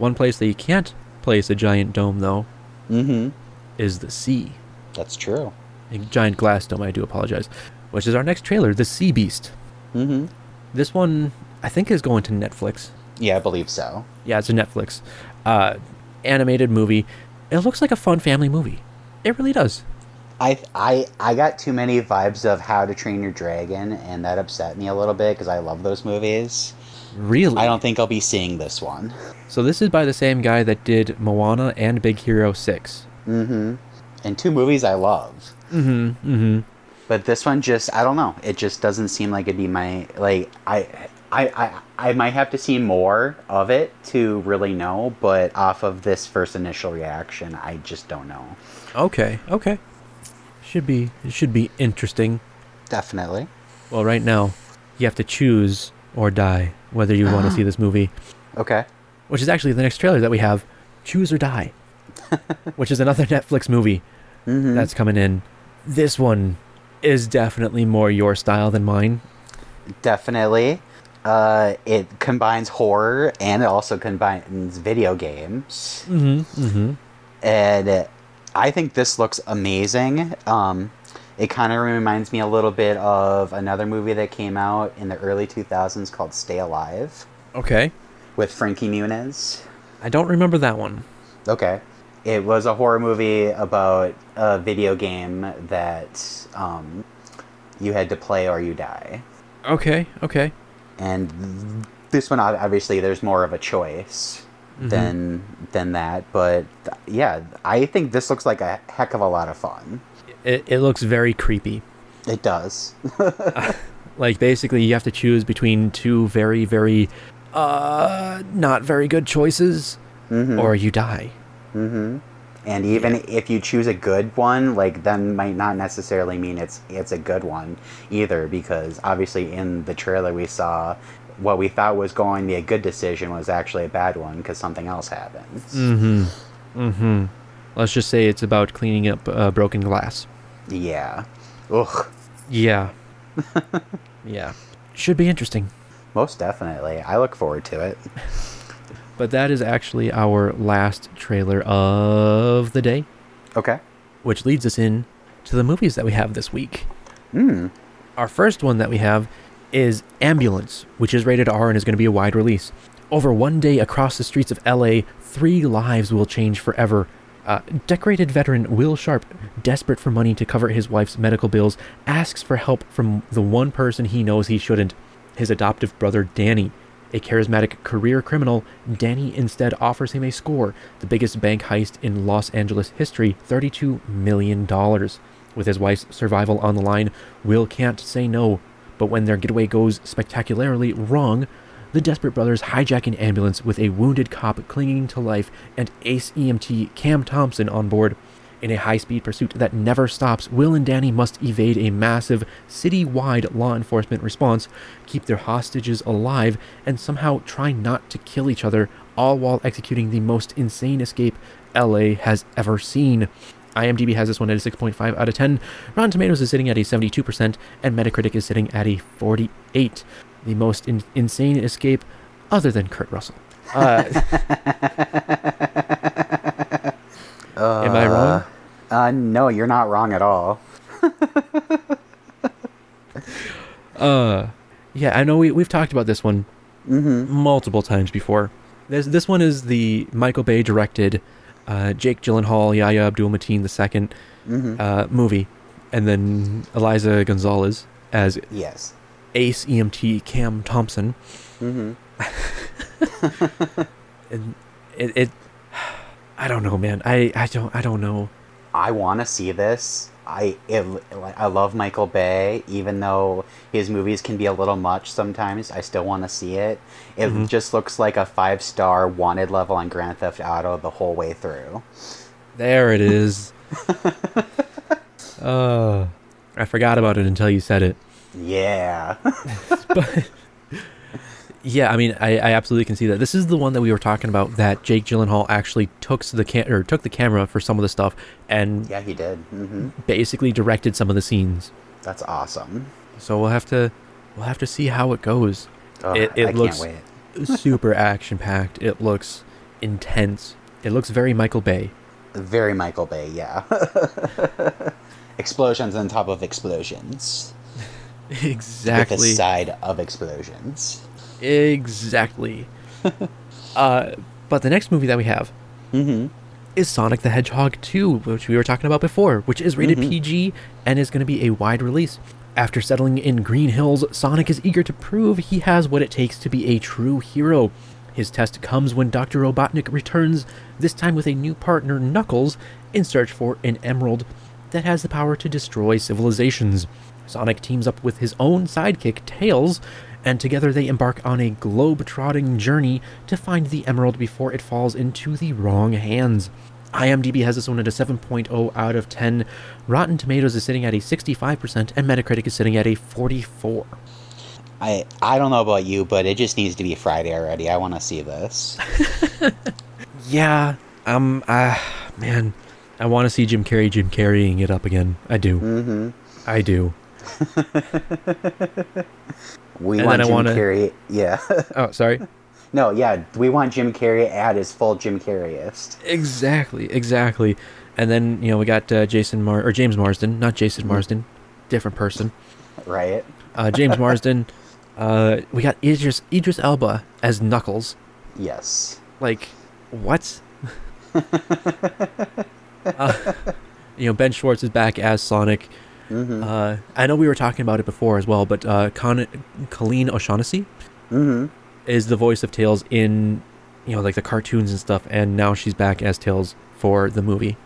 S1: One place that you can't place a giant dome though
S2: Mm-hmm.
S1: is the sea.
S2: That's true.
S1: A giant glass dome. I do apologize. Which is our next trailer, The Sea Beast.
S2: Mm-hmm.
S1: This one I think is going to Netflix.
S2: Yeah, I believe so.
S1: Yeah, it's a Netflix uh, animated movie. It looks like a fun family movie. It really does.
S2: I I I got too many vibes of How to Train Your Dragon, and that upset me a little bit because I love those movies.
S1: Really.
S2: I don't think I'll be seeing this one.
S1: So this is by the same guy that did Moana and Big Hero 6.
S2: Mm-hmm. And two movies I love,
S1: Mm-hmm. Mm-hmm.
S2: but this one just I don't know. It just doesn't seem like it'd be my like I. I, I, I might have to see more of it to really know, but off of this first initial reaction, I just don't know.
S1: Okay. Okay. Should be it should be interesting.
S2: Definitely.
S1: Well, right now, you have to choose or die whether you want to see this movie,
S2: Okay.
S1: which is actually the next trailer that we have, Choose or Die, which is another Netflix movie
S2: Mm-hmm.
S1: that's coming in. This one is definitely more your style than mine.
S2: Definitely. Uh, it combines horror and it also combines video games.
S1: Mm-hmm. Mm-hmm.
S2: And I think this looks amazing. Um, it kind of reminds me a little bit of another movie that came out in the early 2000s called Stay Alive
S1: Okay.
S2: with Frankie Muniz.
S1: I don't remember that one.
S2: Okay. It was a horror movie about a video game that um, you had to play or you die.
S1: Okay. Okay.
S2: and this one ob- obviously there's more of a choice than than that but th- yeah i think this looks like a heck of a lot of fun
S1: It, it looks very creepy.
S2: it does
S1: Like basically, you have to choose between two very, very, uh, not very good choices, or you die.
S2: and even if you choose a good one like that might not necessarily mean it's it's a good one either because obviously in the trailer we saw what we thought was going to be a good decision was actually a bad one because something else happens
S1: Let's just say it's about cleaning up uh, broken glass.
S2: yeah ugh
S1: Yeah. yeah. Should be interesting.
S2: most definitely i look forward to it
S1: But that is actually our last trailer of the day,
S2: okay
S1: which leads us in to the movies that we have this week.
S2: Hmm.
S1: Our first one that we have is Ambulance, which is rated R and is going to be a wide release. Over one day across the streets of LA, three lives will change forever. Uh, decorated veteran Will Sharp, desperate for money to cover his wife's medical bills, asks for help from the one person he knows he shouldn't his adoptive brother Danny. A charismatic career criminal, Danny instead offers him a score, the biggest bank heist in Los Angeles history $32 million. With his wife's survival on the line, Will can't say no, but when their getaway goes spectacularly wrong, the desperate brothers hijack an ambulance with a wounded cop clinging to life and ace EMT Cam Thompson on board. In a high speed pursuit that never stops, Will and Danny must evade a massive city wide law enforcement response, keep their hostages alive, and somehow try not to kill each other, all while executing the most insane escape LA has ever seen. IMDb has this one at a 6.5 out of 10. Rotten Tomatoes is sitting at a 72%, and Metacritic is sitting at a 48. The most in- insane escape other than Kurt Russell. Uh, am I wrong?
S2: Uh, no, you're not wrong at all.
S1: Yeah, I know we, we've talked about this one
S2: Mm-hmm,
S1: multiple times before. This, this one is the Michael Bay directed uh, Jake Gyllenhaal, Yahya Abdul Mateen II
S2: mm-hmm.
S1: uh, movie, and then Eliza Gonzalez as
S2: Yes. Mm-hmm.
S1: ace EMT Cam Thompson. and it, it, I don't know, man. I, I don't I don't know.
S2: I want to see this. I it, I love Michael Bay, even though his movies can be a little much sometimes. I still want to see it. It
S1: Mm-hmm.
S2: just looks like a five star wanted level on Grand Theft Auto the whole way through.
S1: There it is. uh, I forgot about it until you said it.
S2: Yeah.
S1: Yeah, I mean, I, I absolutely can see that. This is the one that we were talking about that Jake Gyllenhaal actually took the cam- or took the camera for some of the stuff and
S2: yeah, he did. hmm
S1: basically directed some of the scenes.
S2: That's awesome.
S1: So we'll have to we'll have to see how it goes.
S2: Ugh,
S1: it it
S2: I
S1: looks
S2: can't wait.
S1: super action packed. It looks intense. It looks very Michael Bay.
S2: Very Michael Bay, yeah. explosions on top of explosions. With a
S1: Exactly.
S2: side of explosions.
S1: Exactly. uh, but the next movie that we have
S2: Mm-hmm.
S1: is Sonic the Hedgehog 2, which we were talking about before, which is rated
S2: Mhm.
S1: PG and is going to be a wide release. After settling in Green Hills, Sonic is eager to prove he has what it takes to be a true hero. His test comes when Dr. Robotnik returns, this time with a new partner, Knuckles, in search for an emerald that has the power to destroy civilizations. Sonic teams up with his own sidekick, Tails, and together they embark on a globe-trotting journey to find the emerald before it falls into the wrong hands. IMDb has this one at a 7.0 out of 10. Rotten Tomatoes is sitting at a 65%, and Metacritic is sitting at a 44.
S2: I I don't know about you, but it just needs to be Friday already. I want to see this.
S1: Yeah, um, ah, man, I want to see Jim Carrey Jim Carreying it up again. I do,
S2: Mm-hmm.
S1: I do.
S2: We
S1: And
S2: want
S1: then I
S2: Jim
S1: wanna-
S2: Carrey. Yeah.
S1: Oh, sorry.
S2: no, yeah. We want Jim Carrey at his full Jim Carreyest.
S1: Exactly, exactly. And then you know we got uh, Jason Mar or James Marsden, not Jason Marsden, different person.
S2: Right.
S1: Uh, James Marsden. Uh, we got Idris Idris Elba as Knuckles.
S2: Yes.
S1: Like, what? uh, you know Ben Schwartz is back as Sonic.
S2: Mm-hmm.
S1: Uh, I know we were talking about it before as well, but uh, Con- Colleen O'Shaughnessy
S2: mm-hmm.
S1: is the voice of Tails in you know like the cartoons and stuff, and now she's back as Tails for the movie.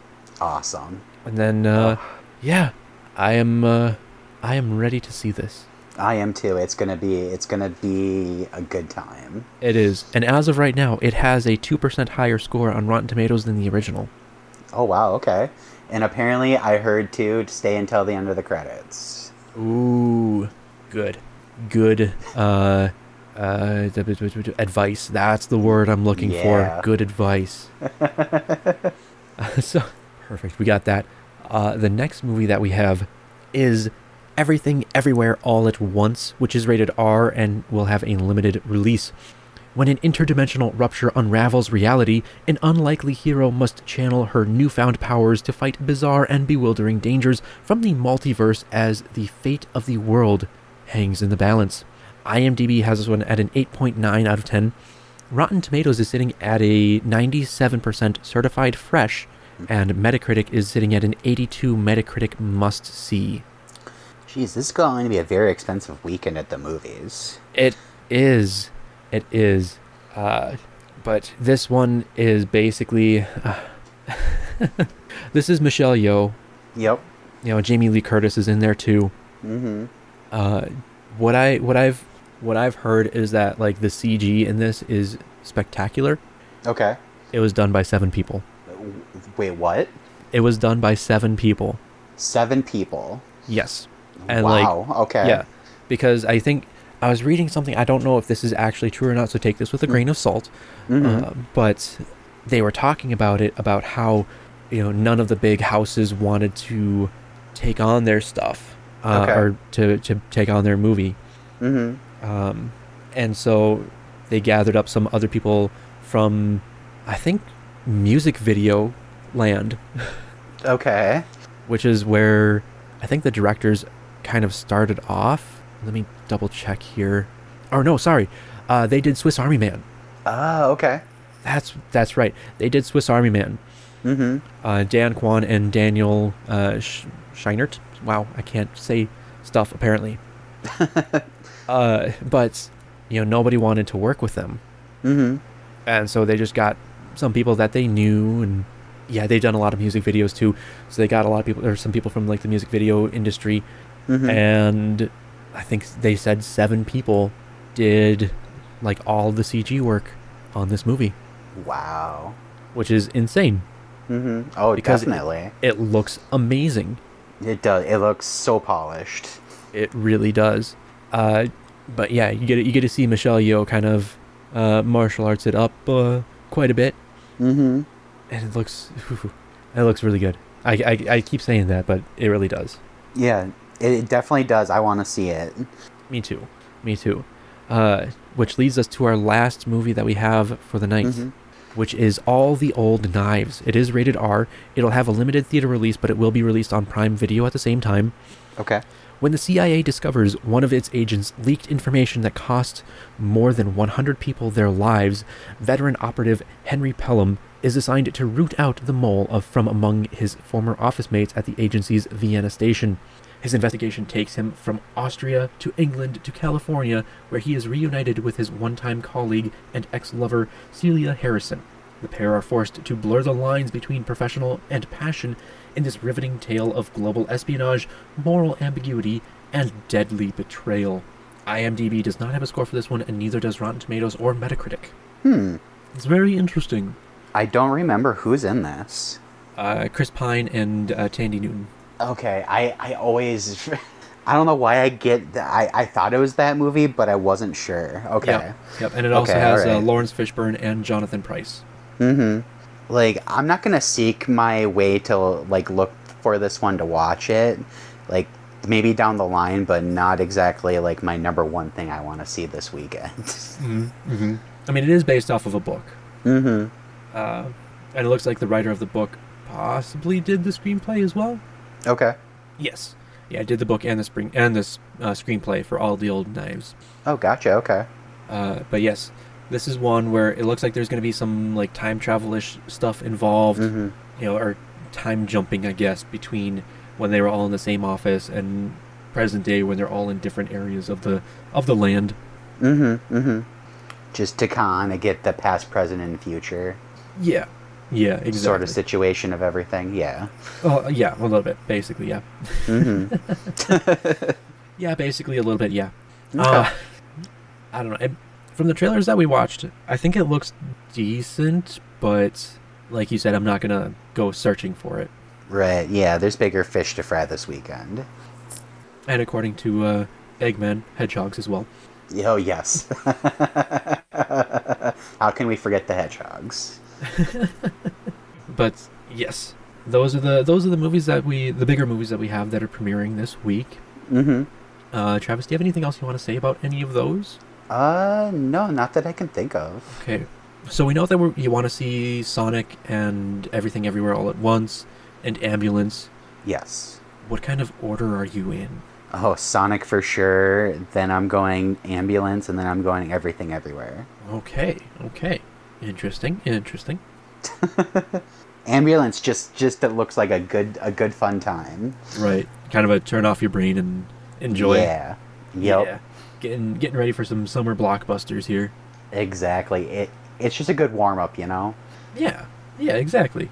S2: Awesome.
S1: And then, uh, yeah, I am, uh, I am ready to see this.
S2: I am too. It's gonna be. It's gonna be a good time.
S1: It is, and as of right now, it has a two percent higher score on Rotten Tomatoes than the original.
S2: Oh wow. Okay. And apparently, I heard too to stay until the end of the credits.
S1: Ooh, good, good, uh, uh, advice. That's the word I'm looking
S2: Yeah.
S1: for. Good advice. so perfect. We got that. Uh, the next movie that we have is Everything Everywhere All at Once, which is rated R and will have a limited release. When an interdimensional rupture unravels reality, an unlikely hero must channel her newfound powers to fight bizarre and bewildering dangers from the multiverse as the fate of the world hangs in the balance. IMDb has this one at an 8.9 out of 10. Rotten Tomatoes is sitting at a 97% certified fresh, and Metacritic is sitting at an 82 Metacritic must see.
S2: Jeez, this is going to be a very expensive weekend at the movies.
S1: It is. It is. Uh, but this one is basically. uh, this is Michelle Yeoh.
S2: Yep.
S1: You know, Jamie Lee Curtis is in there too.
S2: Mm-hmm.
S1: Uh, what I what I've what I've heard is that like the CG in this is spectacular.
S2: Okay.
S1: It was done by seven people.
S2: W- Wait, what?
S1: It was done by seven people.
S2: Seven people.
S1: Yes. And like
S2: wow. okay.
S1: Yeah, because I think I was reading something. I don't know if this is actually true or not, so take this with a grain of salt.
S2: Mhm.
S1: Uh, but they were talking about it about how you know none of the big houses wanted to take on their stuff uh,
S2: Okay.
S1: or to to take on their movie,
S2: Mm-hmm.
S1: um, and so they gathered up some other people from I think music video land
S2: Okay.
S1: which is where I think the directors kind of started off. Let me double check here. Or no, sorry, uh, they did Swiss Army Man.
S2: Ah. okay.
S1: That's that's right. They did Swiss Army Man.
S2: Mm-hmm.
S1: Uh, Dan Kwan and Daniel uh, Sh- Scheinert. Wow, I can't say stuff apparently. uh, but you know, nobody wanted to work with them,
S2: Mm-hmm.
S1: and so they just got some people that they knew and. Yeah, they've done a lot of music videos too. So they got a lot of people, or some people from like the music video industry,
S2: Mm-hmm.
S1: and I think they said seven people did like all the CG work on this movie,
S2: wow.
S1: which is insane.
S2: Mm-hmm. Oh,
S1: Because it-
S2: definitely.
S1: It looks amazing.
S2: It does. It looks so polished.
S1: It really does. Uh, but yeah, you get you get to see Michelle Yeoh kind of uh, martial arts it up uh, quite a bit,
S2: Mm-hmm.
S1: and it looks it looks really good. I, I, I keep saying that, but it really does.
S2: Yeah, it, it definitely does. I want to see it.
S1: Me too. Me too. Uh, which leads us to our last movie that we have for the night.
S2: Mhm.
S1: which is All the Old Knives. It is rated R. It'll have a limited theater release, but it will be released on Prime Video at the same time.
S2: Okay.
S1: When the CIA discovers one of its agents leaked information that cost more than 100 people their lives, veteran operative Henry Pelham is assigned to root out the mole of, from among his former office mates at the agency's Vienna station. His investigation takes him from Austria to England to California, where he is reunited with his one time colleague and ex lover, Celia Harrison. The pair are forced to blur the lines between professional and passion in this riveting tale of global espionage, moral ambiguity, and deadly betrayal. IMDb does not have a score for this one, and neither does Rotten Tomatoes or Metacritic.
S2: Hmm.
S1: It's very interesting.
S2: I don't remember who's in this.
S1: Uh, Chris Pine and uh, Tandy Newton.
S2: Okay, I, I always. I don't know why I get. th- I, I thought it was that movie, but I wasn't sure. Okay.
S1: Yep. Yep. And it also
S2: Okay,
S1: has uh,
S2: alright.
S1: Lawrence Fishburne and Jonathan Price.
S2: Mm-hmm. Like, I'm not gonna seek my way to like look for this one to watch it. Like, maybe down the line, but not exactly like my number one thing I want to see this weekend.
S1: Mm-hmm. I mean, it is based off of a book,
S2: mm-hmm.
S1: uh, and it looks like the writer of the book possibly did the screenplay as well.
S2: Okay.
S1: Yes. Yeah, I did the book and the spring and this uh, screenplay for all the old knives.
S2: Oh, gotcha. Okay.
S1: Uh, but yes, this is one where it looks like there's going to be some like time travel-ish stuff involved,
S2: Mm-hmm.
S1: you know, or time jumping, I guess, between when they were all in the same office and present day when they're all in different areas of the of the land.
S2: Mm-hmm. Mm-hmm. Just to kind of get the past, present, and future
S1: Yeah. Yeah, exactly.
S2: sort of situation of everything. Yeah.
S1: Oh, yeah, a little bit, basically, yeah.
S2: Mm-hmm.
S1: Yeah, basically a little bit, yeah.
S2: Okay.
S1: Uh, I don't know. It, from the trailers that we watched, I think it looks decent, but like you said, I'm not gonna go searching for it.
S2: right. Yeah. There's bigger fish to fry this weekend.
S1: And according to uh, Eggman, hedgehogs as well.
S2: Oh yes. How can we forget the hedgehogs?
S1: But yes, those are the those are the movies that we the bigger movies that we have that are premiering this week.
S2: Mm-hmm.
S1: Uh, Travis, do you have anything else you want to say about any of those?
S2: Uh, no, not that I can think of.
S1: Okay. So we know that we're, you want to see Sonic and Everything Everywhere All at Once and Ambulance.
S2: Yes.
S1: What kind of order are you in?
S2: Oh, Sonic for sure. Then I'm going ambulance, and then I'm going everything everywhere.
S1: Okay, okay. Interesting, interesting.
S2: Ambulance just just it looks like a good a good fun time.
S1: Right. Kind of a turn off your brain and enjoy.
S2: Yeah. Yep.
S1: Yeah. Getting getting ready for some summer blockbusters here.
S2: Exactly. It it's just a good warm up, you know.
S1: Yeah. Yeah, exactly.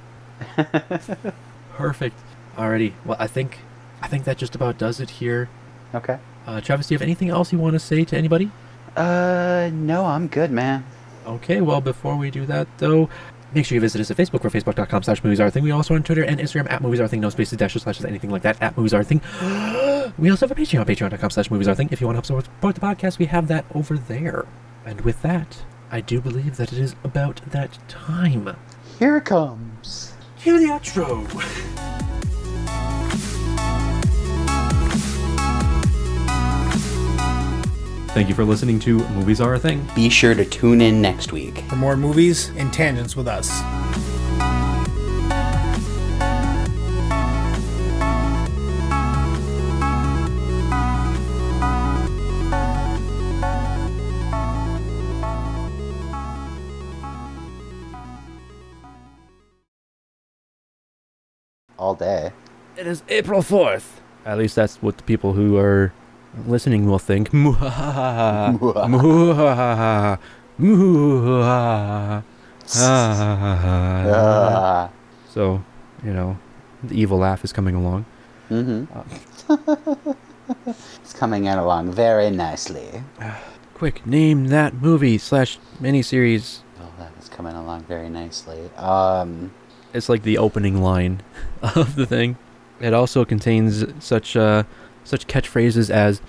S1: Perfect. Alrighty. Well I think I think that just about does it here.
S2: Okay.
S1: Uh, Travis, do you have anything else you want to say to anybody?
S2: Uh, no, I'm good, man.
S1: Okay, well, before we do that, though, make sure you visit us at Facebook. We're facebook.com slash movies are thing. We also are on Twitter and Instagram at movies are thing, no spaces, dashes, slashes, anything like that, at movies are thing. we also have a Patreon, patreon.com slash movies are thing. If you want to help support- support the podcast, we have that over there. And with that, I do believe that it is about that time.
S2: Here it comes.
S1: Cue the outro! Thank you for listening to Movies Are a Thing.
S2: Be sure to tune in next week.
S3: For more movies and tangents with us.
S2: All day.
S1: It is April 4th. At least that's what the people who are listening will think. Muhahaha. Muhahaha. Muhahaha. Ah.
S2: Uh,
S1: so, you know, the evil laugh is coming along.
S2: mm-hmm. it's coming in along very nicely.
S1: Quick, name that movie slash miniseries.
S2: Oh, that is coming along very nicely. Um,
S1: It's like the opening line of the thing. It also contains such uh, such catchphrases as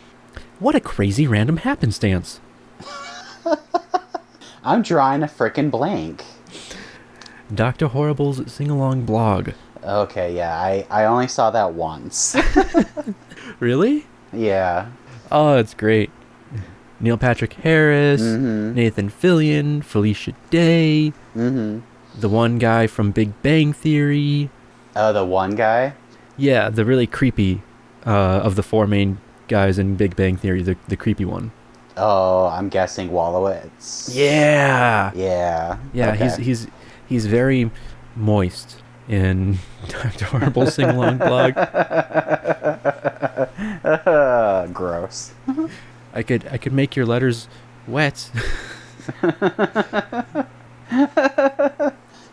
S1: "What a crazy random happenstance."
S2: I'm drawing a frickin' blank.
S1: Dr. Horrible's sing along blog.
S2: Okay, yeah, I, I only saw that once.
S1: Really?
S2: yeah.
S1: Oh, it's great. Neil Patrick Harris,
S2: Mm-hmm.
S1: Nathan Fillion, Felicia Day,
S2: Mm-hmm.
S1: the one guy from Big Bang Theory.
S2: Oh, the one guy?
S1: Yeah, the really creepy uh, of the four main guys in Big Bang Theory, the, the creepy one.
S2: Oh, I'm guessing Wallowitz.
S1: Yeah.
S2: Yeah.
S1: Yeah, he's
S2: okay.
S1: he's he's very moist in Dr. Horrible's sing along blog.
S2: Uh, gross.
S1: I could I could make your letters wet.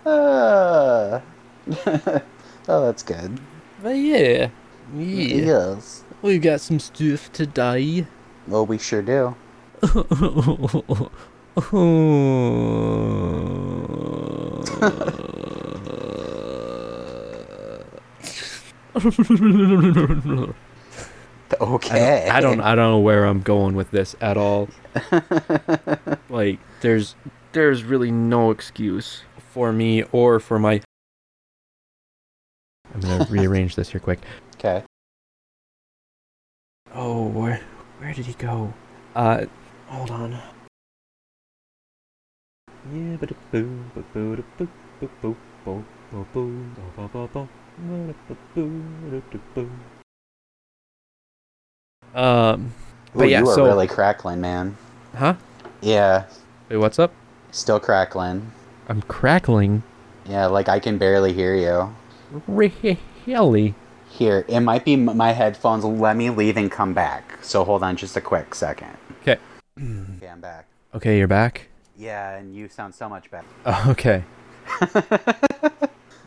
S2: Uh, oh, that's good.
S1: but yeah.
S2: Yes.
S1: We've got some stuff today.
S2: Well, we sure do. Okay.
S1: I don't I don't know where I'm going with this at all. like there's there's really no excuse for me or for my I'm going to rearrange this here quick.
S2: Okay.
S1: Oh, where where did he go? Uh hold on. Yeah, but boo boo boo da boo boo boo boo boo boo da ba ba ba da da boo da da boo. Um
S2: Ooh,
S1: But yeah,
S2: you are
S1: so-
S2: really crackling, man.
S1: huh?
S2: Yeah,
S1: Wait, what's up?
S2: still crackling.
S1: I'm crackling.
S2: Yeah, like I can barely hear you.
S1: Really?
S2: Here, it might be m- my headphones. Let me leave and come back. So hold on just a quick second.
S1: 'Kay.
S2: Okay, I'm back.
S1: Okay, you're back.
S2: Yeah, and you sound so much better.
S1: Oh, okay.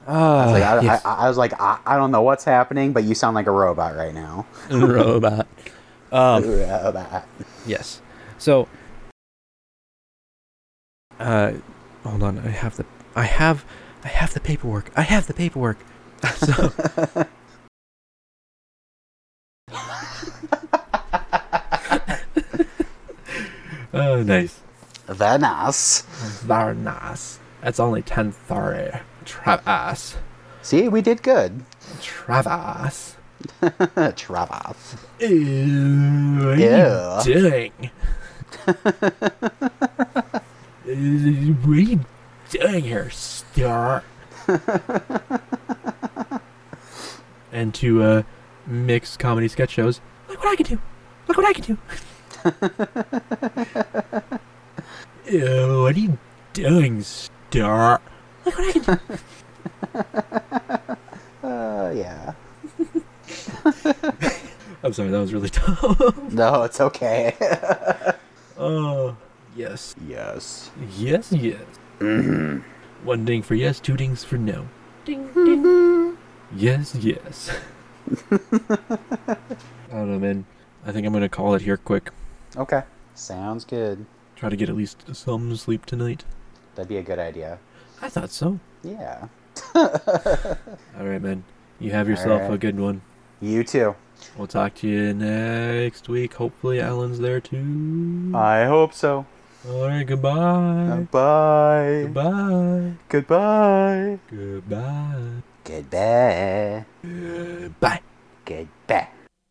S2: I was like,
S1: Ah,
S2: I,
S1: Uh, yes.
S2: I, I, was like I, I don't know what's happening, but you sound like a robot right now.
S1: robot. Um,
S2: Robot.
S1: Yes. So, uh, hold on. I have the I have I have the paperwork. I have the paperwork. so, oh, nice.
S2: Venice.
S1: Very nice. It's only ten thirty. Travis.
S2: See, we did good.
S1: Travis.
S2: Travath.
S1: Ew, what
S2: Yeah.
S1: are you doing? Ew, what are you doing here, star? and to uh, mix comedy sketch shows. Look what I can do! Look what I can do! Ew, Uh, what are you doing, star? Look what I can do!
S2: Uh, yeah.
S1: I'm sorry, that was really dumb.
S2: No, it's okay.
S1: oh, yes.
S2: yes.
S1: Yes, yes.
S2: Mm-hmm.
S1: One ding for yes, two dings for no. Ding, ding. Yes, yes. I don't know, man. I think I'm going to call it here quick.
S2: Okay. Sounds good.
S1: Try to get at least some sleep tonight.
S2: That'd be a good idea.
S1: I thought so.
S2: Yeah.
S1: All right, man. You have yourself a
S2: right.
S1: good one.
S2: You too.
S1: We'll talk to you next week. Hopefully, Alan's there too.
S2: I hope so.
S1: All right, goodbye.
S2: Bye.
S1: Mm-hmm. Goodbye.
S2: Goodbye.
S1: Goodbye.
S2: Goodbye.
S1: Goodbye.
S2: Goodbye.